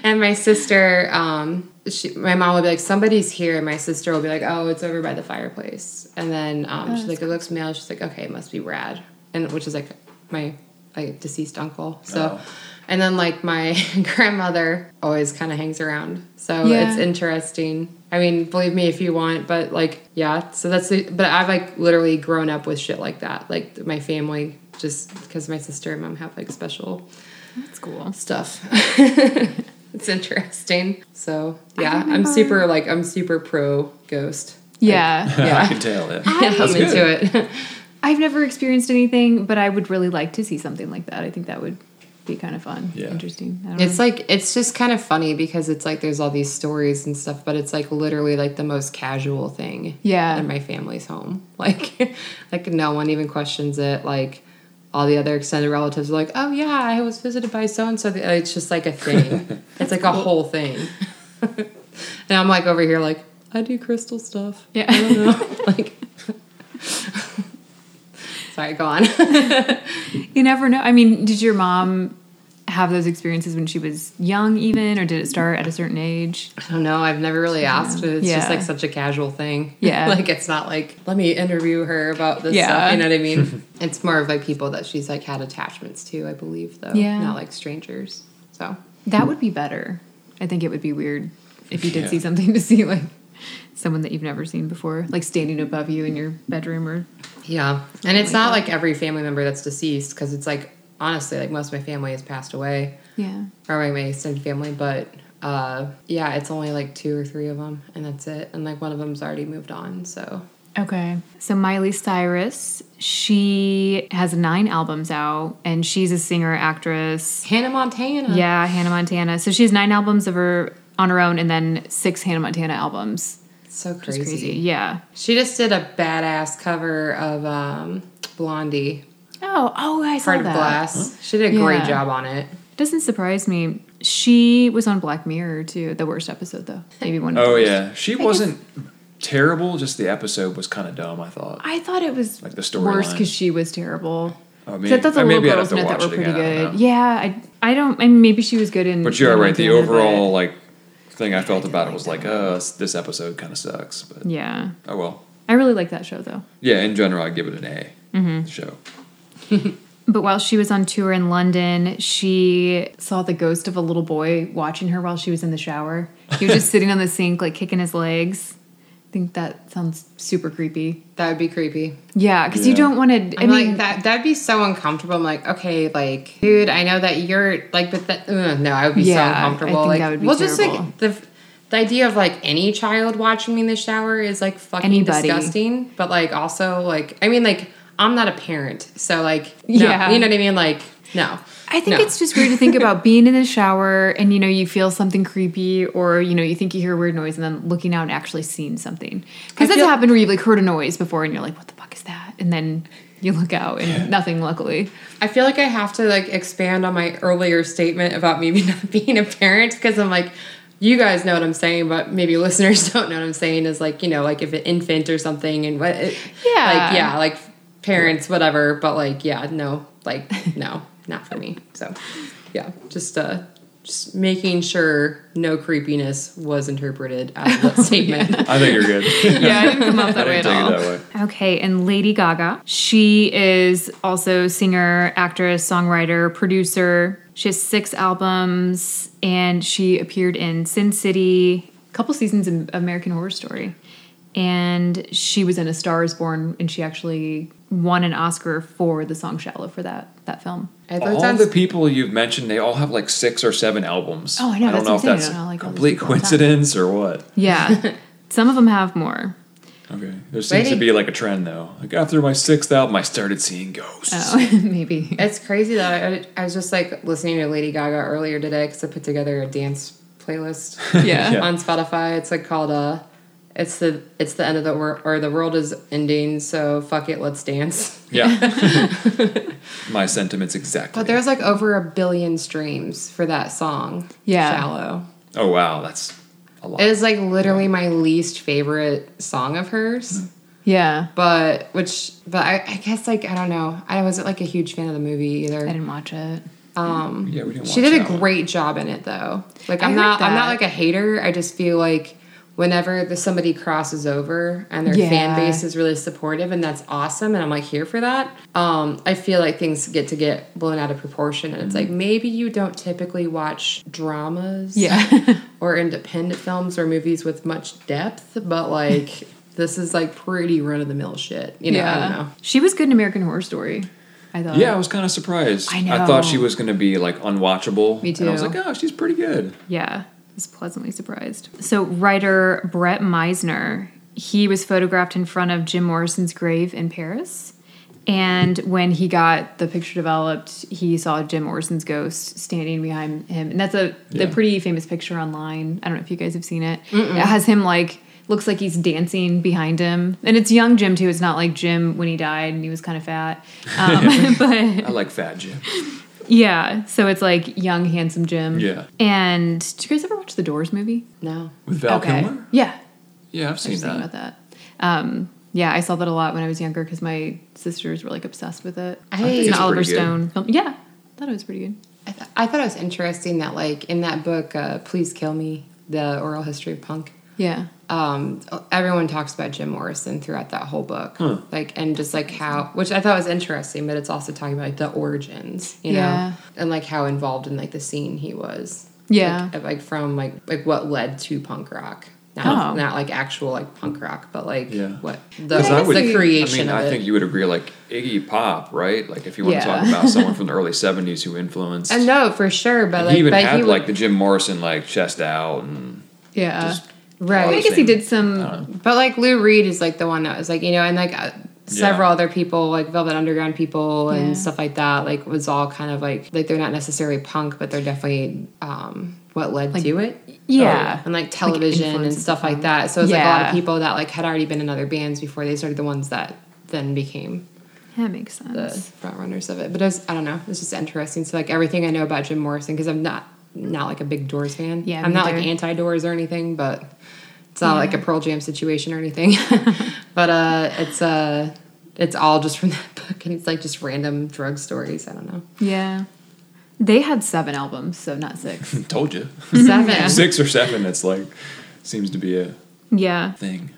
Speaker 1: and my sister um she, my mom will be like somebody's here and my sister will be like oh it's over by the fireplace and then um, she's like it looks male she's like okay it must be rad and which is like my like deceased uncle so
Speaker 3: Oh.
Speaker 1: and then like my grandmother always kind of hangs around. So
Speaker 2: Yeah.
Speaker 1: it's interesting. I mean, believe me if you want, but like yeah, so that's the but I've like literally grown up with shit like that. Like my family just because my sister and mom have like special
Speaker 2: that's cool.
Speaker 1: stuff. it's interesting. So yeah, I'm
Speaker 2: remember-
Speaker 1: super like I'm super pro ghost.
Speaker 2: Yeah.
Speaker 1: Yeah.
Speaker 3: I can tell. Yeah.
Speaker 1: I'm
Speaker 3: That's good.
Speaker 1: into it.
Speaker 2: I've never experienced anything, but I would really like to see something like that. I think that would be kind of fun,
Speaker 3: Yeah.
Speaker 2: interesting. I don't
Speaker 1: It's
Speaker 2: know.
Speaker 1: like it's just kind of funny because it's like there's all these stories and stuff, but it's like literally like the most casual thing.
Speaker 2: Yeah.
Speaker 1: In my family's home. Like like no one even questions it. Like all the other extended relatives are like, Oh yeah, I was visited by so and so it's just like a thing. it's like a whole thing. and I'm like over here like, I do crystal stuff.
Speaker 2: Yeah.
Speaker 1: I don't know. like Sorry, go on.
Speaker 2: you never know. I mean, did your mom have those experiences when she was young, even, or did it start at a certain age?
Speaker 1: I don't know. I've never really asked. It's
Speaker 2: Yeah.
Speaker 1: just like such a casual thing.
Speaker 2: Yeah.
Speaker 1: like it's not like let me interview her about this
Speaker 2: Yeah.
Speaker 1: stuff. You know what I mean? it's more of like people that she's like had attachments to. I believe though.
Speaker 2: Yeah.
Speaker 1: Not like strangers. So
Speaker 2: That would be better. I think it would be weird if you did
Speaker 3: Yeah.
Speaker 2: see something to see like someone that you've never seen before, like standing above you in your bedroom or
Speaker 1: Yeah. And it's not like every family member that's deceased because it's like, honestly, like most of my family has passed away
Speaker 2: yeah.
Speaker 1: or my, my extended family, but uh, yeah, it's only like two or three of them and that's it. And like one of them's already moved on. So
Speaker 2: Okay. So Miley Cyrus, she has nine albums out and she's a singer, actress.
Speaker 1: Hannah Montana.
Speaker 2: Yeah, Hannah Montana. So she has nine albums of her on her own and then six Hannah Montana albums.
Speaker 1: So
Speaker 2: It's
Speaker 1: crazy.
Speaker 2: crazy. Yeah.
Speaker 1: She just did a badass cover of um, Blondie,
Speaker 2: Oh, oh, I saw
Speaker 1: Heart of
Speaker 2: that.
Speaker 1: Glass. She did a great
Speaker 2: Yeah.
Speaker 1: job on it.
Speaker 2: Doesn't surprise me. She was on Black Mirror too. The worst episode though. Maybe one. Of the
Speaker 3: Oh
Speaker 2: worst.
Speaker 3: yeah, she wasn't terrible. Just the episode was kind of dumb. I thought.
Speaker 2: I thought it was
Speaker 3: Like the
Speaker 2: worse
Speaker 3: storyline.
Speaker 2: because she was terrible.
Speaker 3: Oh,
Speaker 2: 'Cause
Speaker 3: maybe-
Speaker 2: I thought
Speaker 3: I-
Speaker 2: the little
Speaker 3: maybe I'd have
Speaker 2: girls
Speaker 3: to
Speaker 2: in it that
Speaker 3: watch
Speaker 2: were
Speaker 3: it
Speaker 2: pretty
Speaker 3: again, I don't
Speaker 2: good.
Speaker 3: know.
Speaker 2: Yeah, I, I don't, and maybe she was good in.
Speaker 3: But you are
Speaker 2: Hannah
Speaker 3: right. The
Speaker 2: Montana, but-
Speaker 3: overall like thing I felt
Speaker 2: didn't
Speaker 3: about
Speaker 2: like
Speaker 3: it was
Speaker 2: that
Speaker 3: like, uh, s- this episode kind of sucks. But
Speaker 2: yeah,
Speaker 3: oh well.
Speaker 2: I really like that show though.
Speaker 3: Yeah, in general, I'd give it an A.
Speaker 2: Mm-hmm.
Speaker 3: The show.
Speaker 2: But while she was on tour in London, she saw the ghost of a little boy watching her while she was in the shower. He was just sitting on the sink, like kicking his legs. I think that sounds super creepy.
Speaker 1: That would be creepy.
Speaker 2: Yeah, because you
Speaker 3: Yeah.
Speaker 2: don't want to. I
Speaker 1: I mean,
Speaker 2: mean,
Speaker 1: like, that that'd be so uncomfortable. I'm like, okay, like, dude, I know that you're like, but that ugh, no, I would be
Speaker 2: Yeah, I
Speaker 1: so uncomfortable.
Speaker 2: think
Speaker 1: like,
Speaker 2: that would be
Speaker 1: well,
Speaker 2: terrible.
Speaker 1: just like the the idea of like any child watching me in the shower is like fucking
Speaker 2: Anybody.
Speaker 1: disgusting. But like, also like, I mean, like, I'm not a parent, so like, no,
Speaker 2: Yeah.
Speaker 1: you know what I mean? Like, no,
Speaker 2: I think
Speaker 1: No.
Speaker 2: it's just weird to think about being in the shower and you know you feel something creepy or you know you think you hear a weird noise and then looking out and actually seeing something because that's
Speaker 1: feel-
Speaker 2: happened where you've like heard a noise before and you're like what the fuck is that and then you look out and nothing luckily
Speaker 1: I feel like I have to like expand on my earlier statement about maybe not being a parent because I'm like, you guys know what I'm saying, but maybe listeners don't know what I'm saying. Is like you know like if an infant or something and what, it,
Speaker 2: Yeah.
Speaker 1: like yeah, like parents whatever, but like yeah, no, like no, not for me. So yeah, just uh, just making sure no creepiness was interpreted out of that statement.
Speaker 3: I think you're good.
Speaker 2: yeah I didn't come up
Speaker 3: I
Speaker 2: that way
Speaker 3: didn't
Speaker 2: at
Speaker 3: take it
Speaker 2: all.
Speaker 3: that way.
Speaker 2: Okay, and Lady Gaga. She is also singer, actress, songwriter, producer. She has six albums, and she appeared in Sin City, a couple seasons of American Horror Story. And she was in A Star is Born, and she actually won an Oscar for the song Shallow for that, that film.
Speaker 1: I thought
Speaker 3: All
Speaker 1: that's-
Speaker 3: the people you've mentioned, they all have like six or seven albums.
Speaker 2: Oh, I know,
Speaker 3: I don't
Speaker 2: that's
Speaker 3: know if
Speaker 2: insane. I
Speaker 3: that's
Speaker 2: don't know, like, all these
Speaker 3: complete
Speaker 2: people on top.
Speaker 3: coincidence or what.
Speaker 2: Yeah, some of them have more.
Speaker 3: Okay. There seems
Speaker 1: Lady-
Speaker 3: to be like a trend though. Like after my sixth album, I started seeing ghosts.
Speaker 2: Oh, maybe.
Speaker 1: It's crazy though. I, I was just like listening to Lady Gaga earlier today because I put together a dance playlist
Speaker 2: Yeah.
Speaker 3: Yeah.
Speaker 1: on Spotify. It's like called uh, it's the it's the end of the world or the world is ending. So fuck it, let's dance.
Speaker 3: Yeah. my sentiments exactly.
Speaker 1: But there's like over a billion streams for that song.
Speaker 2: Yeah.
Speaker 1: shallow.
Speaker 3: oh wow, that's a lot.
Speaker 1: It is like literally my least favorite song of hers.
Speaker 2: Yeah.
Speaker 1: But which, but I, I guess like I don't know. I wasn't like a huge fan of the movie either.
Speaker 2: I didn't watch it.
Speaker 3: yeah, we didn't
Speaker 1: She
Speaker 3: watch
Speaker 1: did a
Speaker 3: that one.
Speaker 1: great job in it though. Like
Speaker 2: I
Speaker 1: I'm
Speaker 2: heard
Speaker 1: not I'm
Speaker 2: that.
Speaker 1: not like a hater. I just feel like whenever the, somebody crosses over and their
Speaker 2: Yeah.
Speaker 1: fan base is really supportive and that's awesome and I'm like here for that. Um I feel like things get to get blown out of proportion and it's like
Speaker 2: Mm-hmm.
Speaker 1: maybe you don't typically watch dramas
Speaker 2: Yeah.
Speaker 1: or independent films or movies with much depth, but like this is like pretty run of the mill shit. You know, I don't know.
Speaker 2: She was good in American Horror Story. I thought.
Speaker 3: Yeah, I was kind of surprised.
Speaker 2: I know.
Speaker 3: thought she was going to be like unwatchable.
Speaker 2: Me
Speaker 3: And I was
Speaker 2: too.
Speaker 3: like, oh, she's pretty good.
Speaker 2: Yeah. I was pleasantly surprised. So writer Brett Meisner, he was photographed in front of Jim Morrison's grave in Paris. And when he got the picture developed, he saw Jim Morrison's ghost standing behind him. And that's a the
Speaker 3: Yeah.
Speaker 2: pretty famous picture online. I don't know if you guys have seen it. It has him like looks like he's dancing behind him. And it's young Jim too. It's not like Jim when he died and he was kind of fat. Um, but
Speaker 3: I like Fat Jim.
Speaker 2: Yeah, so it's like young, handsome Jim.
Speaker 3: Yeah.
Speaker 2: And did you guys ever watch the Doors movie?
Speaker 1: No.
Speaker 3: With Val
Speaker 1: Okay.
Speaker 3: Kilmer?
Speaker 2: Yeah,
Speaker 3: Yeah, I've
Speaker 2: I
Speaker 3: seen
Speaker 2: was thinking
Speaker 3: that.
Speaker 2: about that. Um, yeah, I saw that a lot when I was younger because my sisters were like obsessed with it.
Speaker 1: I think
Speaker 2: it's an
Speaker 1: it's
Speaker 2: Oliver
Speaker 3: pretty good.
Speaker 2: Stone film. Yeah, thought it was pretty good.
Speaker 1: I, th- I thought it was interesting that, like, in that book, uh, Please Kill Me, The Oral History of Punk,
Speaker 2: Yeah,
Speaker 1: um, everyone talks about Jim Morrison throughout that whole book. Like, and just like how, which I thought was interesting, but it's also talking about like the origins, you
Speaker 2: Yeah.
Speaker 1: know, and like how involved in like the scene he was.
Speaker 2: Yeah.
Speaker 1: like, like from like like what led to punk rock. Not,
Speaker 2: Oh.
Speaker 1: not like actual like punk rock, but like
Speaker 3: Yeah.
Speaker 1: what the,
Speaker 2: I would-
Speaker 1: the creation
Speaker 3: I mean,
Speaker 1: of
Speaker 3: I
Speaker 1: it.
Speaker 3: think you would agree, like Iggy Pop, right? Like if you want to talk
Speaker 2: Yeah.
Speaker 3: about someone from the early '70s who influenced,
Speaker 1: and no, for sure, but like
Speaker 3: he even
Speaker 1: but
Speaker 3: had
Speaker 1: he would,
Speaker 3: like the Jim Morrison like chest out and
Speaker 2: Yeah.
Speaker 3: just
Speaker 1: right.
Speaker 2: I guess he did some.
Speaker 1: But like Lou Reed is like the one that was like you know, and like uh, several
Speaker 3: Yeah.
Speaker 1: other people like Velvet Underground people and
Speaker 2: Yeah.
Speaker 1: stuff like that. Like was all kind of like like they're not necessarily punk, but they're definitely um, what led to it.
Speaker 2: Yeah.
Speaker 1: and like television and
Speaker 2: influences
Speaker 1: stuff like that. So it's like a lot
Speaker 2: Yeah.
Speaker 1: of people that like had already been in other bands before they started the ones that then became
Speaker 2: That makes
Speaker 1: the
Speaker 2: sense.
Speaker 1: front runners of it. But it was, I don't know, it's just interesting. So like everything I know about Jim Morrison because I'm not not like a big Doors fan.
Speaker 2: Yeah,
Speaker 1: I'm
Speaker 2: me
Speaker 1: not like
Speaker 2: neither.
Speaker 1: anti Doors or anything, but it's not like a Pearl Jam situation or anything. but uh, it's uh, it's all just from that book, and it's like just random drug stories. I don't know.
Speaker 2: Yeah. They had seven albums, so not six.
Speaker 3: told you
Speaker 1: Seven.
Speaker 3: six or seven. That's like seems to be a
Speaker 2: yeah.
Speaker 3: thing.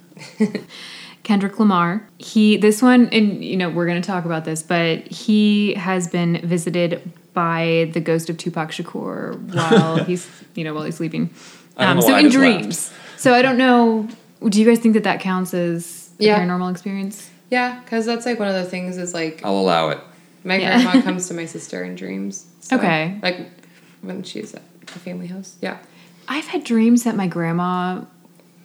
Speaker 2: Kendrick Lamar. He this one and you know we're going to talk about this, but he has been visited by the ghost of Tupac Shakur while he's you know while he's sleeping.
Speaker 3: I don't know
Speaker 2: so
Speaker 3: why I
Speaker 2: in
Speaker 3: just laughed.
Speaker 2: dreams. So I don't know. Do you guys think that that counts as a
Speaker 1: Yeah.
Speaker 2: paranormal experience?
Speaker 1: Yeah, because that's like one of the things is like
Speaker 3: I'll allow it.
Speaker 1: My
Speaker 2: Yeah.
Speaker 1: grandma comes to my sister in dreams. so,
Speaker 2: Okay.
Speaker 1: Like when she's at the family house. Yeah.
Speaker 2: I've had dreams that my grandma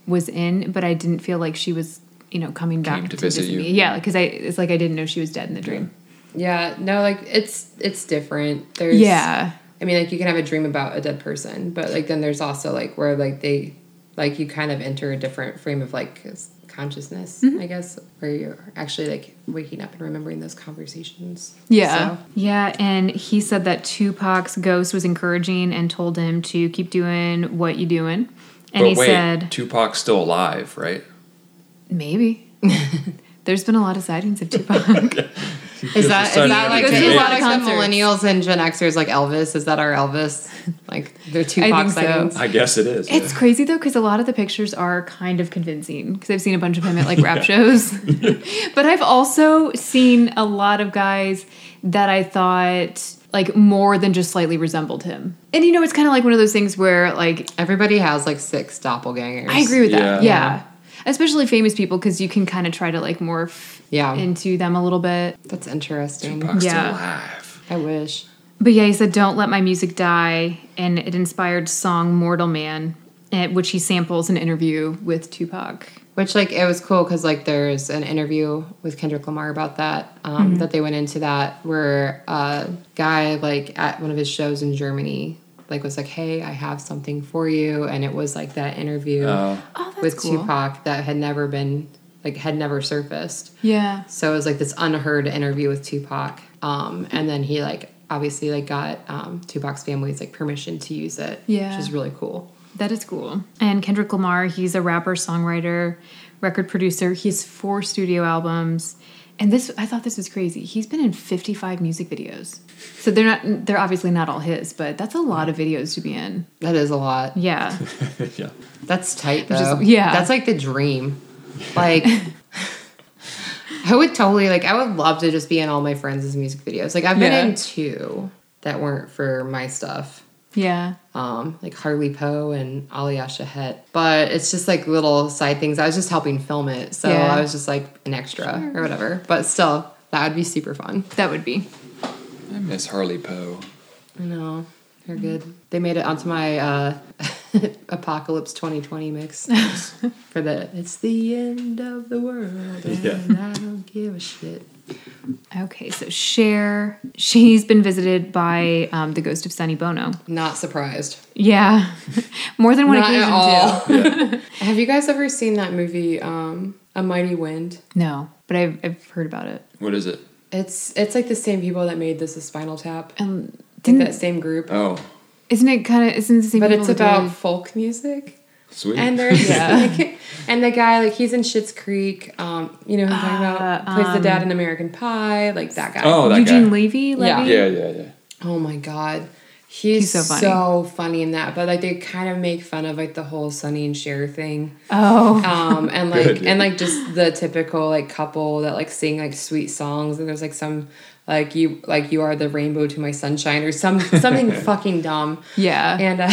Speaker 2: was in, but I didn't feel like she was you know coming back
Speaker 3: Came to visit you.
Speaker 2: me. Yeah, because I it's like I didn't know she was dead in the dream.
Speaker 1: Yeah. No, like it's it's different. There's
Speaker 2: Yeah.
Speaker 1: I mean like you can have a dream about a dead person, but like then there's also like where like they like you kind of enter a different frame of like s- consciousness,
Speaker 2: Mm-hmm.
Speaker 1: I guess, where you're actually like waking up and remembering those conversations.
Speaker 2: Yeah.
Speaker 1: So,
Speaker 2: Yeah. And he said that Tupac's ghost was encouraging and told him to keep doing what you doing. And he
Speaker 3: but wait,
Speaker 2: said,
Speaker 3: Tupac's still alive, right?
Speaker 2: maybe. There's been a lot of sightings of Tupac.
Speaker 1: is
Speaker 3: Just
Speaker 1: that is
Speaker 3: starting
Speaker 1: that like
Speaker 3: to
Speaker 2: Goes
Speaker 1: the
Speaker 2: to a
Speaker 3: debate.
Speaker 2: lot of
Speaker 1: index of
Speaker 2: concerts.
Speaker 1: millennials and Gen Xers like Elvis? Is that our Elvis? Like they're two
Speaker 2: think
Speaker 1: box
Speaker 2: so.
Speaker 1: sightings.
Speaker 3: I guess it is.
Speaker 2: it's
Speaker 3: yeah.
Speaker 2: crazy though, because a lot of the pictures are kind of convincing. Because I've seen a bunch of him at like rap shows. but I've also seen a lot of guys that I thought like more than just slightly resembled him. And you know, it's kind of like one of those things where like
Speaker 1: Everybody has like six doppelgangers.
Speaker 2: I agree with that.
Speaker 3: Yeah.
Speaker 2: Yeah. Especially famous people because you can kind of try to like morph
Speaker 1: Yeah.
Speaker 2: into them a little bit.
Speaker 1: That's interesting.
Speaker 3: Tupac's
Speaker 2: Yeah.
Speaker 3: still alive.
Speaker 1: I wish.
Speaker 2: But yeah, he said, Don't Let My Music Die. And it inspired song Mortal Man, eh, which he samples in an interview with Tupac.
Speaker 1: Which like it was cool because like there's an interview with Kendrick Lamar about that um, that they went into that where a guy like at one of his shows in Germany like was like hey I have something for you and it was like that interview
Speaker 3: Oh.
Speaker 2: Oh, that's
Speaker 1: with
Speaker 2: cool.
Speaker 1: Tupac that had never been like had never surfaced
Speaker 2: Yeah.
Speaker 1: so it was like this unheard interview with Tupac um, and then he like obviously like got um, Tupac's family's like permission to use it
Speaker 2: Yeah.
Speaker 1: which is really cool
Speaker 2: That is cool. And Kendrick Lamar, he's a rapper, songwriter, record producer. He has four studio albums. And this I thought this was crazy. He's been in 55 music videos. So they're not they're obviously not all his, but that's a lot of videos to be in.
Speaker 1: that is a lot
Speaker 2: Yeah.
Speaker 3: yeah.
Speaker 1: That's tight though.
Speaker 2: is- yeah.
Speaker 1: That's like the dream. Like I would totally like I would love to just be in all my friends' music videos. Like I've been
Speaker 2: Yeah.
Speaker 1: in two that weren't for my stuff.
Speaker 2: Yeah.
Speaker 1: Um, like Harley Poe and Aliyah Het. But it's just like little side things. I was just helping film it. So
Speaker 2: Yeah.
Speaker 1: I was just like an extra or whatever. But still, that would be super fun.
Speaker 2: That would be.
Speaker 3: I miss Harley Poe.
Speaker 1: I know. They're good. They made it onto my uh, Apocalypse 2020 mix for the It's the end of the world and
Speaker 3: Yeah.
Speaker 1: I don't give a shit.
Speaker 2: Okay, so Cher, she's been visited by um, the ghost of Sonny Bono.
Speaker 1: Not surprised.
Speaker 2: Yeah, more than one
Speaker 1: Not
Speaker 2: occasion
Speaker 1: at all.
Speaker 2: too.
Speaker 1: Have you guys ever seen that movie, um, A Mighty Wind?
Speaker 2: No, but I've, I've heard about it.
Speaker 3: What is it?
Speaker 1: It's it's like the same people that made this a Spinal Tap. I
Speaker 2: Um,
Speaker 1: think that same group.
Speaker 3: Oh,
Speaker 2: isn't it kind of isn't it the same?
Speaker 1: But
Speaker 2: people
Speaker 1: it's
Speaker 2: that
Speaker 1: about
Speaker 2: did-
Speaker 1: folk music.
Speaker 3: sweet.
Speaker 1: And there's
Speaker 2: Yeah.
Speaker 1: like, and the guy like he's in Schitt's Creek. Um, you know who I'm talking about?
Speaker 2: Uh,
Speaker 1: Plays the
Speaker 2: um,
Speaker 1: dad in American Pie, like that guy.
Speaker 3: oh, that
Speaker 2: Eugene
Speaker 3: guy.
Speaker 2: Levy. Levy?
Speaker 3: Yeah, yeah, yeah.
Speaker 1: Oh my god. He's,
Speaker 2: He's so
Speaker 1: so
Speaker 2: funny.
Speaker 1: funny. in that, but like they kind of make fun of like the whole Sonny and Cher thing.
Speaker 2: Oh,
Speaker 1: Um and like
Speaker 3: Good.
Speaker 1: and like just the typical like couple that like sing like sweet songs and there's like some like you like you are the rainbow to my sunshine or some something fucking dumb.
Speaker 2: yeah.
Speaker 1: And uh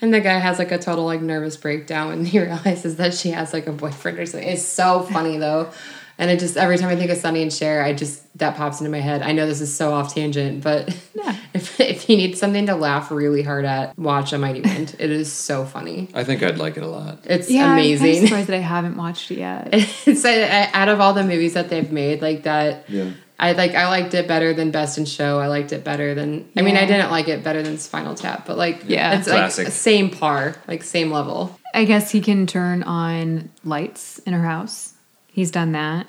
Speaker 1: and the guy has like a total like nervous breakdown when he realizes that she has like a boyfriend or something. It's so funny though. And it just every time I think of Sunny and Cher, I just that pops into my head. I know this is so off tangent, but
Speaker 2: Yeah.
Speaker 1: if if you need something to laugh really hard at, watch A Mighty Wind. It is so funny.
Speaker 3: I think I'd like it a lot.
Speaker 1: It's
Speaker 2: yeah, I'm kinda
Speaker 1: amazing.
Speaker 2: surprised that I haven't watched it yet.
Speaker 1: it's uh, out of all the movies that they've made, like that.
Speaker 3: Yeah.
Speaker 1: I like I liked it better than Best in Show. I liked it better than I mean I
Speaker 2: Yeah.
Speaker 1: didn't like it better than Spinal Tap, but like
Speaker 2: Yeah.
Speaker 1: it's like
Speaker 3: Classic.
Speaker 1: same par, like same level.
Speaker 2: I guess he can turn on lights in her house. He's done that.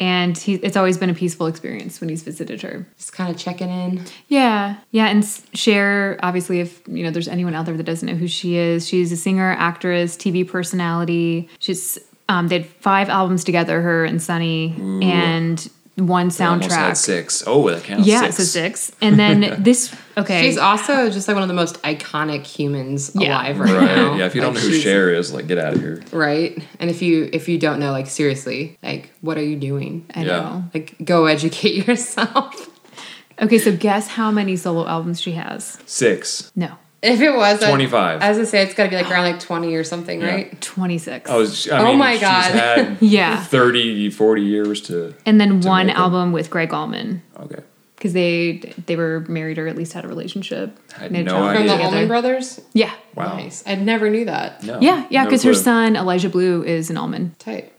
Speaker 2: And he, it's always been a peaceful experience when he's visited her.
Speaker 1: Just kind of checking in.
Speaker 2: Yeah. Yeah. And s- Cher, obviously, if you know there's anyone out there that doesn't know who she is, she's a singer, actress, TV personality. She's um, they had five albums together, her and Sunny, and one
Speaker 3: Almost had
Speaker 2: soundtrack.
Speaker 3: six. Oh, that counts.
Speaker 2: Yeah,
Speaker 3: six.
Speaker 2: so six. And then this okay.
Speaker 1: She's also just like one of the most iconic humans
Speaker 2: Yeah.
Speaker 1: alive right, now.
Speaker 3: Right. Yeah. If you don't
Speaker 1: Like,
Speaker 3: know who
Speaker 1: she's-
Speaker 3: Cher is, like, get out of here.
Speaker 1: right? And if you if you don't know, like seriously, like what are you doing?
Speaker 2: I
Speaker 3: Yeah.
Speaker 2: know.
Speaker 1: Like go educate yourself.
Speaker 2: Okay, so guess how many solo albums she has?
Speaker 3: Six.
Speaker 2: No.
Speaker 1: if it was I-
Speaker 3: 25.
Speaker 1: I was gonna say it's got to be like around like twenty or something,
Speaker 3: Yeah.
Speaker 1: right?
Speaker 2: Twenty six.
Speaker 3: I was. I
Speaker 1: Oh
Speaker 3: mean,
Speaker 1: my
Speaker 3: she's
Speaker 1: God.
Speaker 3: had
Speaker 2: Yeah.
Speaker 3: 30, 40 years to.
Speaker 2: and then one
Speaker 3: Jamaica.
Speaker 2: album with Greg Allman
Speaker 3: Okay.
Speaker 2: because they they were married or at least had a relationship.
Speaker 3: Had
Speaker 2: They
Speaker 3: no
Speaker 2: traveled
Speaker 1: From the
Speaker 3: Yeah.
Speaker 1: Allman Brothers.
Speaker 2: Yeah.
Speaker 3: Wow.
Speaker 1: Nice. I never knew that.
Speaker 3: No.
Speaker 2: Yeah, yeah,
Speaker 3: no
Speaker 2: because her
Speaker 3: clue.
Speaker 2: son Elijah Blue is an almond,
Speaker 1: Tight.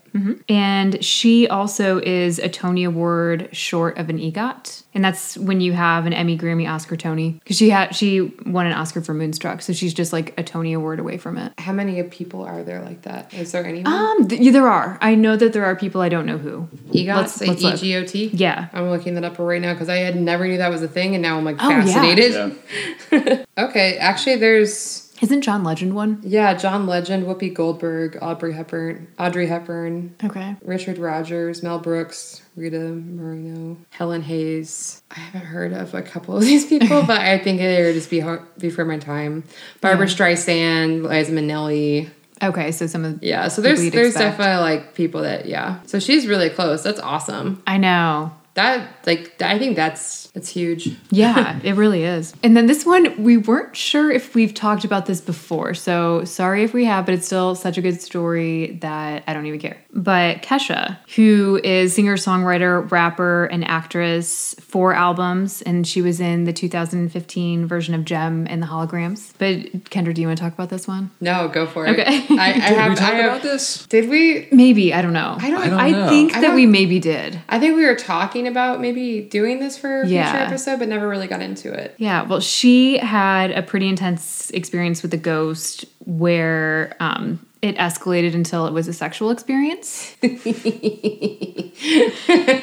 Speaker 2: and she also is a Tony Award short of an EGOT, and that's when you have an Emmy, Grammy, Oscar, Tony. Because she had she won an Oscar for Moonstruck, so she's just like a Tony Award away from it.
Speaker 1: How many people are there like that? Is there anyone?
Speaker 2: Um, th- yeah, there are. I know that there are people I don't know who.
Speaker 1: EGOT,
Speaker 2: let's-
Speaker 1: say
Speaker 2: let's look.
Speaker 1: EGOT.
Speaker 2: Yeah.
Speaker 1: I'm looking that up right now because I had never knew that was a thing, and now I'm like
Speaker 2: Oh, yeah.
Speaker 1: fascinated.
Speaker 3: Yeah.
Speaker 1: Okay, actually, there's
Speaker 2: Isn't John Legend one?
Speaker 1: yeah, John Legend, Whoopi Goldberg, Aubrey Hepburn, Audrey Hepburn,
Speaker 2: Okay.
Speaker 1: Richard Rogers, Mel Brooks, Rita Moreno, Helen Hayes. I haven't heard of a couple of these people, but I think they were just beho- before my time. Barbara Streisand, Liza Minnelli.
Speaker 2: Okay, so some of
Speaker 1: Yeah, so
Speaker 2: people
Speaker 1: there's
Speaker 2: you'd
Speaker 1: there's
Speaker 2: expect.
Speaker 1: definitely like people that yeah. So she's really close. That's awesome.
Speaker 2: I know.
Speaker 1: That like I think that's that's huge.
Speaker 2: Yeah, it really is. And then this one, we weren't sure if we've talked about this before. So sorry if we have, but it's still such a good story that I don't even care. But Kesha, who is singer, songwriter, rapper, and actress, four albums, and she was in the 2015 version of Gem and the Holograms. But Kendra, do you want to talk about this one?
Speaker 1: No, go for it.
Speaker 2: Okay.
Speaker 1: I, I have.
Speaker 3: we talk
Speaker 1: I have-
Speaker 3: about this?
Speaker 1: Did we?
Speaker 2: Maybe, I don't know.
Speaker 1: I don't. I,
Speaker 3: I don't know.
Speaker 2: think
Speaker 1: I
Speaker 2: that
Speaker 1: don't-
Speaker 2: we maybe did.
Speaker 1: think we were talking about maybe doing this for a future
Speaker 2: Yeah.
Speaker 1: episode, but never really got into it.
Speaker 2: Yeah, well, she had a pretty intense experience with the ghost where um, it escalated until it was a sexual experience.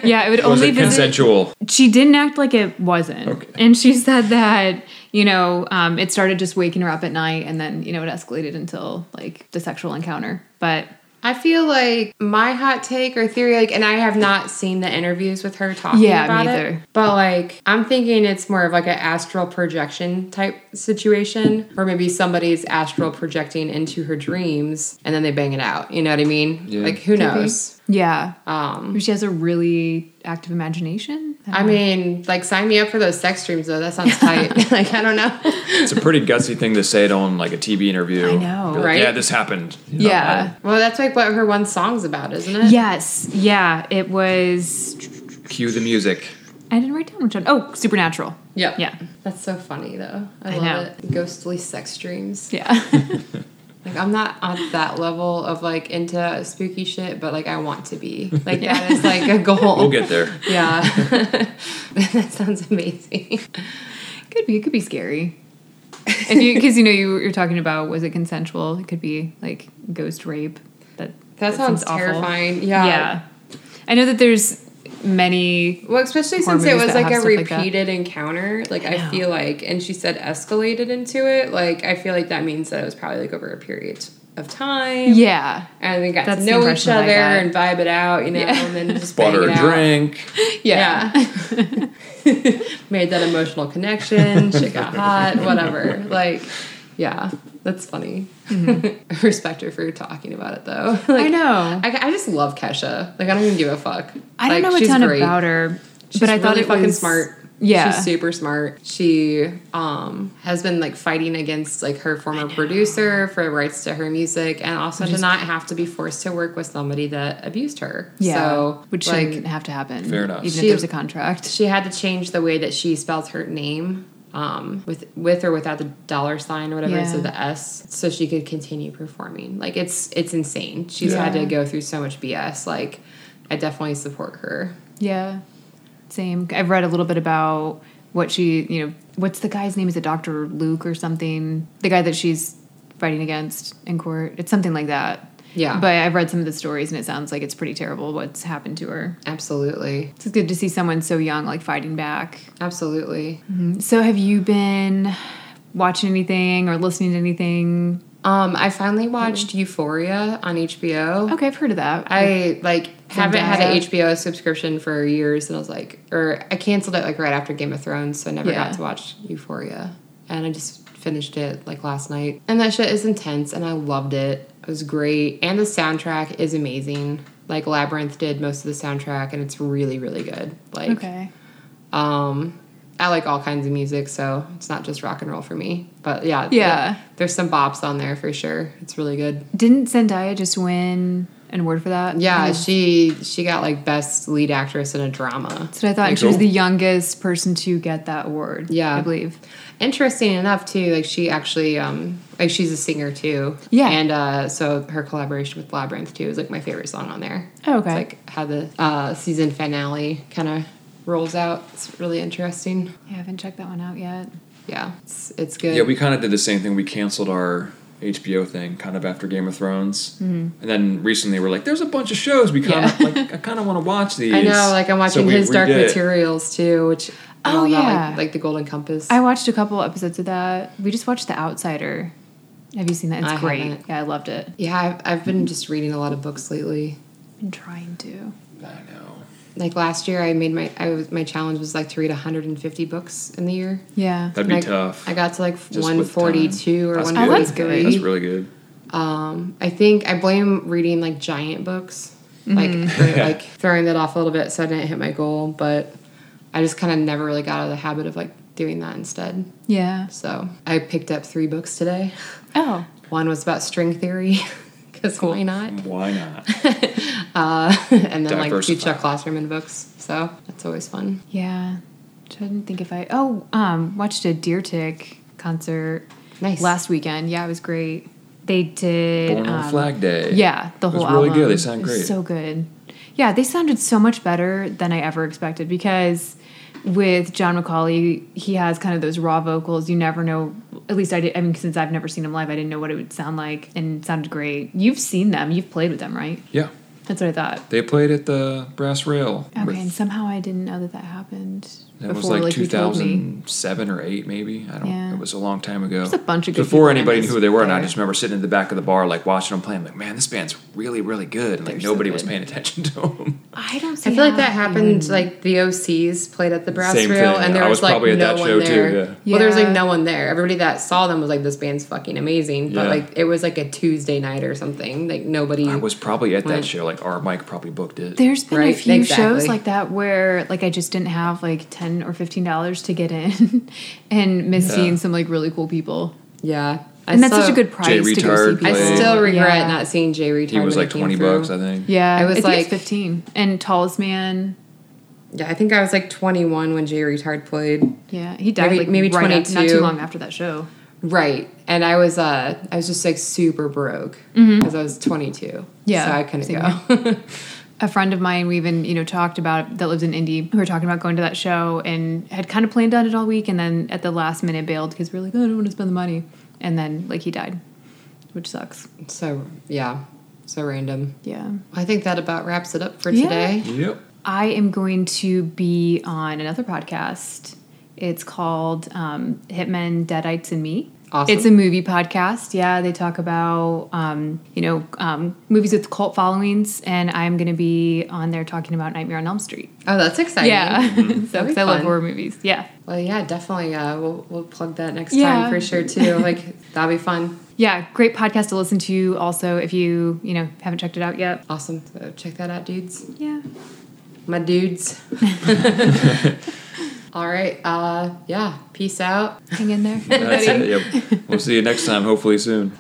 Speaker 2: yeah, it would
Speaker 3: Was
Speaker 2: only
Speaker 3: it
Speaker 2: visit.
Speaker 3: consensual?
Speaker 2: She didn't act like it wasn't.
Speaker 3: Okay.
Speaker 2: And she said that, you know, um, it started just waking her up at night and then, you know, it escalated until like the sexual encounter. But
Speaker 1: I feel like my hot take or theory, like, and I have not seen the interviews with her talking
Speaker 2: Yeah, me
Speaker 1: about it,
Speaker 2: either.
Speaker 1: but like, I'm thinking it's more of like an astral projection type situation, or maybe somebody's astral projecting into her dreams, and then they bang it out. You know what I mean?
Speaker 3: Yeah.
Speaker 1: Like, who knows?
Speaker 2: yeah,
Speaker 1: Um,
Speaker 2: she has a really active imagination.
Speaker 1: I mean, like, sign me up for those sex streams, though. That sounds tight. like, I don't know.
Speaker 3: It's a pretty gutsy thing to say it on like a TV interview.
Speaker 2: I know.
Speaker 3: Be like,
Speaker 1: Right?
Speaker 3: Yeah, this happened. You know,
Speaker 2: yeah.
Speaker 1: Well, that's like what her one song's about, isn't it?
Speaker 2: Yes. Yeah. It was.
Speaker 3: I- Cue the music.
Speaker 2: I didn't write down which one. Oh, Supernatural.
Speaker 1: Yep.
Speaker 2: Yeah.
Speaker 1: That's so funny, though. I,
Speaker 2: I
Speaker 1: love
Speaker 2: know.
Speaker 1: it. Ghostly sex dreams.
Speaker 2: Yeah.
Speaker 1: Like, I'm not on that level of like into spooky shit, but like, I want to be. Like,
Speaker 2: Yeah.
Speaker 1: that is like a goal.
Speaker 3: We'll get there.
Speaker 1: Yeah. that sounds amazing.
Speaker 2: could be. It could be scary. If you, because you know you you're talking about was it consensual? It could be like ghost rape. That
Speaker 1: That sounds
Speaker 2: awful.
Speaker 1: terrifying. Yeah.
Speaker 2: Yeah. I know that there's many.
Speaker 1: Well, especially
Speaker 2: horror
Speaker 1: since it
Speaker 2: movies
Speaker 1: was
Speaker 2: that
Speaker 1: like a
Speaker 2: have stuff like that.
Speaker 1: repeated encounter. Like I,
Speaker 2: know.
Speaker 1: feel like, and she said escalated into it. Like I feel like that means that it was probably like over a period of time.
Speaker 2: Yeah,
Speaker 1: and we got
Speaker 2: That's
Speaker 1: to
Speaker 2: the
Speaker 1: know each
Speaker 2: impression that I
Speaker 1: other
Speaker 2: got.
Speaker 1: and vibe it out, you know,
Speaker 2: Yeah.
Speaker 1: and then just
Speaker 3: Bought her
Speaker 1: bang
Speaker 3: a
Speaker 1: it out.
Speaker 3: drink.
Speaker 2: yeah,
Speaker 1: Made that emotional connection. Shit got hot. Whatever. Like, yeah, that's funny. I respect her for talking about it though. Like,
Speaker 2: Mm-hmm. I know.
Speaker 1: I, I just love Kesha. Like I don't even give a fuck.
Speaker 2: I don't
Speaker 1: Like,
Speaker 2: know a
Speaker 1: she's
Speaker 2: ton
Speaker 1: great.
Speaker 2: about her,
Speaker 1: She's
Speaker 2: but I thought
Speaker 1: really
Speaker 2: it
Speaker 1: fucking
Speaker 2: was
Speaker 1: smart.
Speaker 2: Yeah,
Speaker 1: she's super smart. She um has been like fighting against like her former producer for rights to her music, and also to not have to be forced to work with somebody that abused her.
Speaker 2: yeah,
Speaker 1: so
Speaker 2: which
Speaker 1: like
Speaker 2: shouldn't have to happen.
Speaker 3: Fair enough.
Speaker 2: Even
Speaker 1: She-
Speaker 2: if there's a contract.
Speaker 1: she had to change the way that she spells her name. Um, with with or without the dollar sign or whatever,
Speaker 2: Yeah.
Speaker 1: so the S, so she could continue performing. Like it's it's insane. She's had
Speaker 2: Yeah.
Speaker 1: to go through so much BS. Like I definitely support her.
Speaker 2: Yeah, same. I've read a little bit about what she, you know, what's the guy's name? Is it Doctor Luke or something? The guy that she's fighting against in court. It's something like that.
Speaker 1: Yeah.
Speaker 2: But I've read some of the stories, and it sounds like it's pretty terrible what's happened to her.
Speaker 1: Absolutely,
Speaker 2: It's good to see someone so young like fighting back.
Speaker 1: absolutely.
Speaker 2: So, have you been watching anything or listening to anything?
Speaker 1: Um, I finally
Speaker 2: Mm-hmm.
Speaker 1: watched Euphoria on HBO.
Speaker 2: Okay, I've heard of that.
Speaker 1: I like haven't had an
Speaker 2: Zendaya.
Speaker 1: HBO subscription for years, and I was like, or I canceled it like right after Game of Thrones, so I never
Speaker 2: Yeah.
Speaker 1: got to watch Euphoria, and I just finished it like last night, and that shit is intense, and I loved it. It was great, and the soundtrack is amazing. Like Labyrinth did most of the soundtrack, and it's really really good. Like,
Speaker 2: okay.
Speaker 1: um, I like all kinds of music, so it's not just rock and roll for me. But yeah,
Speaker 2: Yeah.
Speaker 1: there's some bops on there for sure. It's really good.
Speaker 2: Didn't Zendaya just win an award for that?
Speaker 1: Yeah,
Speaker 2: That's
Speaker 1: she she got like best lead actress in a drama.
Speaker 2: what I thought. And she
Speaker 3: Cool.
Speaker 2: was the youngest person to get that award.
Speaker 1: Yeah.
Speaker 2: I believe.
Speaker 1: Interesting enough too, like she actually um like she's a singer too.
Speaker 2: Yeah.
Speaker 1: And uh so her collaboration with Labyrinth too is like my favorite song on there.
Speaker 2: Oh, okay.
Speaker 1: It's like how the uh season finale kinda rolls out. It's really interesting.
Speaker 2: Yeah, I haven't checked that one out yet.
Speaker 1: Yeah. It's it's good.
Speaker 3: Yeah, we kind of did the same thing. We canceled our HBO thing kind of after Game of Thrones,
Speaker 1: Mm-hmm.
Speaker 3: and then recently we're like, there's a bunch of shows we kind of
Speaker 2: Yeah.
Speaker 3: like. I kind of want to watch these.
Speaker 1: I know, like I'm watching
Speaker 3: So we-
Speaker 1: his
Speaker 3: we
Speaker 1: Dark
Speaker 3: did it.
Speaker 1: Materials too, which and
Speaker 2: Oh,
Speaker 1: all that,
Speaker 2: yeah.
Speaker 1: like, like the Golden Compass.
Speaker 2: I watched a couple episodes of that. We just watched The Outsider. Have you seen that? It's
Speaker 1: I
Speaker 2: great.
Speaker 1: haven't.
Speaker 2: Yeah, I loved it.
Speaker 1: yeah, I've, I've been just reading a lot of books lately.
Speaker 2: I've been trying to.
Speaker 3: I know.
Speaker 1: like last year i made my i was my challenge was like to read 150 books in the year
Speaker 2: Yeah.
Speaker 3: That'd be
Speaker 1: And I-
Speaker 3: tough.
Speaker 1: i got to like
Speaker 3: Just with
Speaker 1: 142 or
Speaker 3: time. That's good.
Speaker 2: Oh, that's good.
Speaker 1: 143
Speaker 3: That's really good.
Speaker 1: um i think i blame reading like giant books like for, like throwing that off a little bit so i didn't hit my goal but i just kind of never really got out of the habit of like doing that instead
Speaker 2: Yeah.
Speaker 1: so i picked up three books today
Speaker 2: Oh.
Speaker 1: one was about string theory because why not
Speaker 3: Why not?
Speaker 1: uh, and then like two
Speaker 3: Diversify.
Speaker 1: chuck classroom books so that's always fun
Speaker 2: Yeah. Trying to think if I oh um watched a Deer Tick concert
Speaker 1: nice
Speaker 2: last weekend. Yeah, it was great. They did
Speaker 3: Born on
Speaker 2: um,
Speaker 3: Flag Day.
Speaker 2: Yeah, the
Speaker 3: It was
Speaker 2: whole
Speaker 3: really
Speaker 2: album.
Speaker 3: good. They sound
Speaker 2: It was
Speaker 3: great.
Speaker 2: So good. Yeah, they sounded so much better than I ever expected because with John McCauley, he has kind of those raw vocals. You never know. At least I did. I mean, since I've never seen him live, I didn't know what it would sound like, and it sounded great. You've seen them. You've played with them, right?
Speaker 3: Yeah.
Speaker 2: That's what I thought.
Speaker 3: They played at the Brass Rail.
Speaker 2: Okay,
Speaker 3: with-
Speaker 2: and somehow I didn't know that that happened
Speaker 3: That
Speaker 2: before.
Speaker 3: was like,
Speaker 2: you told me.
Speaker 3: 2007 or 8, maybe. I don't
Speaker 2: Yeah.
Speaker 3: It was a long time ago.
Speaker 2: There's a bunch of good people
Speaker 3: Before
Speaker 2: in
Speaker 3: anybody knew
Speaker 2: this
Speaker 3: who they were, and I
Speaker 2: there.
Speaker 3: just remember sitting in the back of the bar, like watching them play. I'm like, man, this band's really, really good. And like
Speaker 2: They're so
Speaker 3: nobody was
Speaker 2: good.
Speaker 3: paying attention to them.
Speaker 2: I don't. See
Speaker 1: I feel like
Speaker 2: how
Speaker 1: that
Speaker 2: you
Speaker 1: happened.
Speaker 2: would-
Speaker 1: Like the OCs played at the brass
Speaker 3: Same
Speaker 1: rail,
Speaker 3: thing.
Speaker 1: and there
Speaker 3: I
Speaker 1: was,
Speaker 3: was
Speaker 1: like
Speaker 3: probably at
Speaker 1: no
Speaker 3: that
Speaker 1: one
Speaker 3: show, too,
Speaker 1: there.
Speaker 3: yeah.
Speaker 1: Well, there was like
Speaker 2: Yeah.
Speaker 1: no one there. Everybody that saw them was like, "This band's fucking amazing," but
Speaker 3: Yeah.
Speaker 1: like it was like a Tuesday night or something. Like nobody.
Speaker 3: I was probably at that
Speaker 1: Right.
Speaker 3: show. Like, our Mike probably booked it.
Speaker 2: There's been a
Speaker 1: Right,
Speaker 2: few shows
Speaker 1: exactly.
Speaker 2: like that where like I just didn't have like ten or fifteen dollars to get in, and miss
Speaker 3: Yeah.
Speaker 2: seeing some like really cool people.
Speaker 1: yeah, I
Speaker 2: And that's
Speaker 1: still-
Speaker 2: such a good price to go see
Speaker 3: Retard
Speaker 2: people.
Speaker 1: I
Speaker 3: played.
Speaker 1: still regret
Speaker 2: Yeah.
Speaker 1: not seeing Jay Retard.
Speaker 3: he was
Speaker 1: when
Speaker 3: like
Speaker 1: came
Speaker 3: 20
Speaker 1: through.
Speaker 3: bucks, I think.
Speaker 2: Yeah,
Speaker 1: I was
Speaker 2: think
Speaker 1: like-
Speaker 2: it's fifteen and tallest man.
Speaker 1: Yeah, I think I was like 21 when Jay Retard played.
Speaker 2: Yeah, he died
Speaker 1: Maybe-
Speaker 2: like
Speaker 1: maybe
Speaker 2: right after- not
Speaker 1: 22.
Speaker 2: too long after that show.
Speaker 1: Right, and I was uh, I was just like super broke because I was 22.
Speaker 2: Mm-hmm. Yeah,
Speaker 1: so I couldn't
Speaker 2: same
Speaker 1: go.
Speaker 2: a friend of mine we even you know talked about that lives in indy we were talking about going to that show and had kind of planned on it all week and then at the last minute bailed because we were like oh, i don't want to spend the money and then like he died which sucks
Speaker 1: so yeah, so random.
Speaker 2: yeah
Speaker 1: I think that about wraps it up for
Speaker 2: Yeah.
Speaker 1: today.
Speaker 3: Yep.
Speaker 2: I am going to be on another podcast. It's called um, Hitmen, Deadites, and Me.
Speaker 1: Awesome.
Speaker 2: It's a movie podcast. Yeah, they talk about um, you know um, movies with cult followings, and I'm going to be on there talking about Nightmare on Elm Street.
Speaker 1: Oh, that's exciting.
Speaker 2: Yeah, so
Speaker 1: That'd be
Speaker 2: because I love
Speaker 1: Mm-hmm. fun.
Speaker 2: horror movies. Yeah,
Speaker 1: Well, yeah, definitely. Uh, we'll we'll plug that next
Speaker 2: Yeah.
Speaker 1: time for sure too. Like that'll be fun.
Speaker 2: yeah, great podcast to listen to. Also, if you you know haven't checked it out yet,
Speaker 1: Awesome. So check that out, dudes.
Speaker 2: yeah.
Speaker 1: My dudes. All right. Uh, yeah. Peace out.
Speaker 2: Hang in there.
Speaker 3: That's it. Yep. We'll see you next time, hopefully soon.